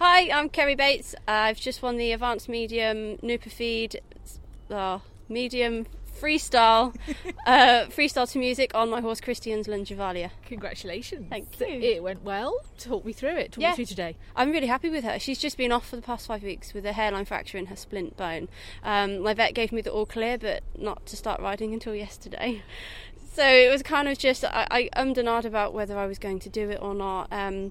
Hi, I'm Kerry Bates. I've just won the Advanced Medium Nupa Feed uh, Medium Freestyle uh, Freestyle to Music on my horse Christian's Langevalier. Congratulations. Thank you. It went well. Talk me through it. Talk Yeah. me through today. I'm really happy with her. She's just been off for the past five weeks with a hairline fracture in her splint bone. Um, my vet gave me the all clear, but not to start riding until yesterday. So it was kind of just I, I ummed and ahed about whether I was going to do it or not. Um,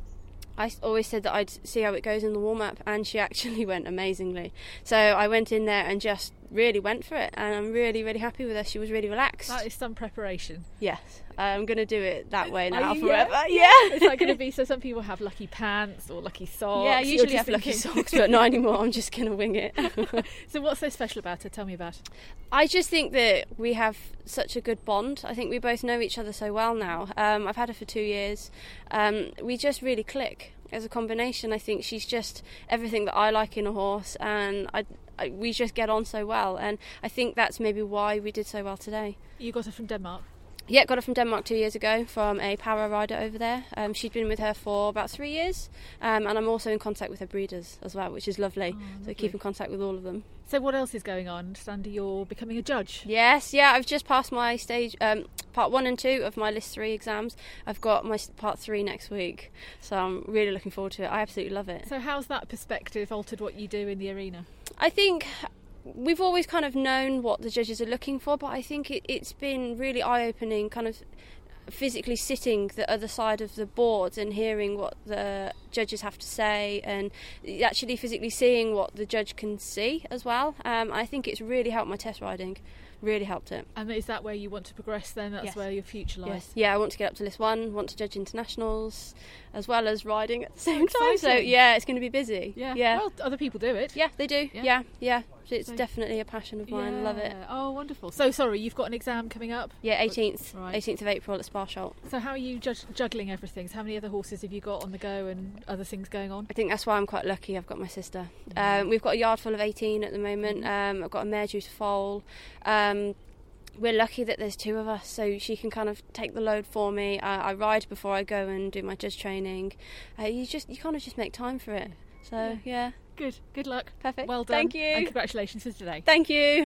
I s- always said that I'd see how it goes in the warm up, and she actually went amazingly. So I went in there and just really went for it, and I'm really, really happy with her. She was really relaxed. That is some preparation. Yes, I'm going to do it that way Are now you- yeah? forever. Yeah. Is that going to be so? Some people have lucky pants or lucky socks. Yeah, I You're usually just have lucky thinking- socks, but not anymore. I'm just going to wing it. So, what's so special about it? Tell me about it. I just think that we have such a good bond. I think we both know each other so well now. Um, I've had her for two years. Um, we just really click as a combination. I think she's just everything that I like in a horse, and I, I, we just get on so well. And I think that's maybe why we did so well today. You got it from Denmark. Yeah, got her from Denmark two years ago from a para rider over there. Um, she'd been with her for about three years, um, and I'm also in contact with her breeders as well, which is Oh, lovely. So lovely. keep in contact with all of them. So, what else is going on? Sandy, you're becoming a judge. Yes, yeah, I've just passed my stage um, part one and two of my list three exams. I've got my s- part three next week, so I'm really looking forward to it. I absolutely love it. So, how's that perspective altered what you do in the arena? I think we've always kind of known what the judges are looking for, but I think it, it's been really eye opening, kind of physically sitting the other side of the board and hearing what the judges have to say and actually physically seeing what the judge can see as well. Um, I think it's really helped my test riding, really helped it. And is that where you want to progress then? That's Yes. where your future lies. Yes. Yeah, I want to get up to list one, want to judge internationals as well as riding at the same time. So exciting. yeah, it's going to be busy. Yeah. Yeah. Well, other people do it. yeah, they do. Yeah. Yeah. Yeah. So it's So- definitely a passion of mine. Love it. Yeah. Oh, wonderful. So, sorry, you've got an exam coming up. Yeah, 18th. Right. 18th of April at Sparsholt. So, how are you judg- juggling everything? So how many other horses have you got on the go and other things going on? I think that's why I'm quite lucky. I've got my sister. Um, we've got a yard full of 18 at the moment. Mm-hmm. Um, I've got a mare due to foal. Um, we're lucky that there's two of us, so she can kind of take the load for me. I, I ride before I go and do my judge training. Uh, you just you kind of just make time for it. So Yeah. yeah. Good. Good luck. Perfect. Well done. Thank you. And congratulations for today. Thank you.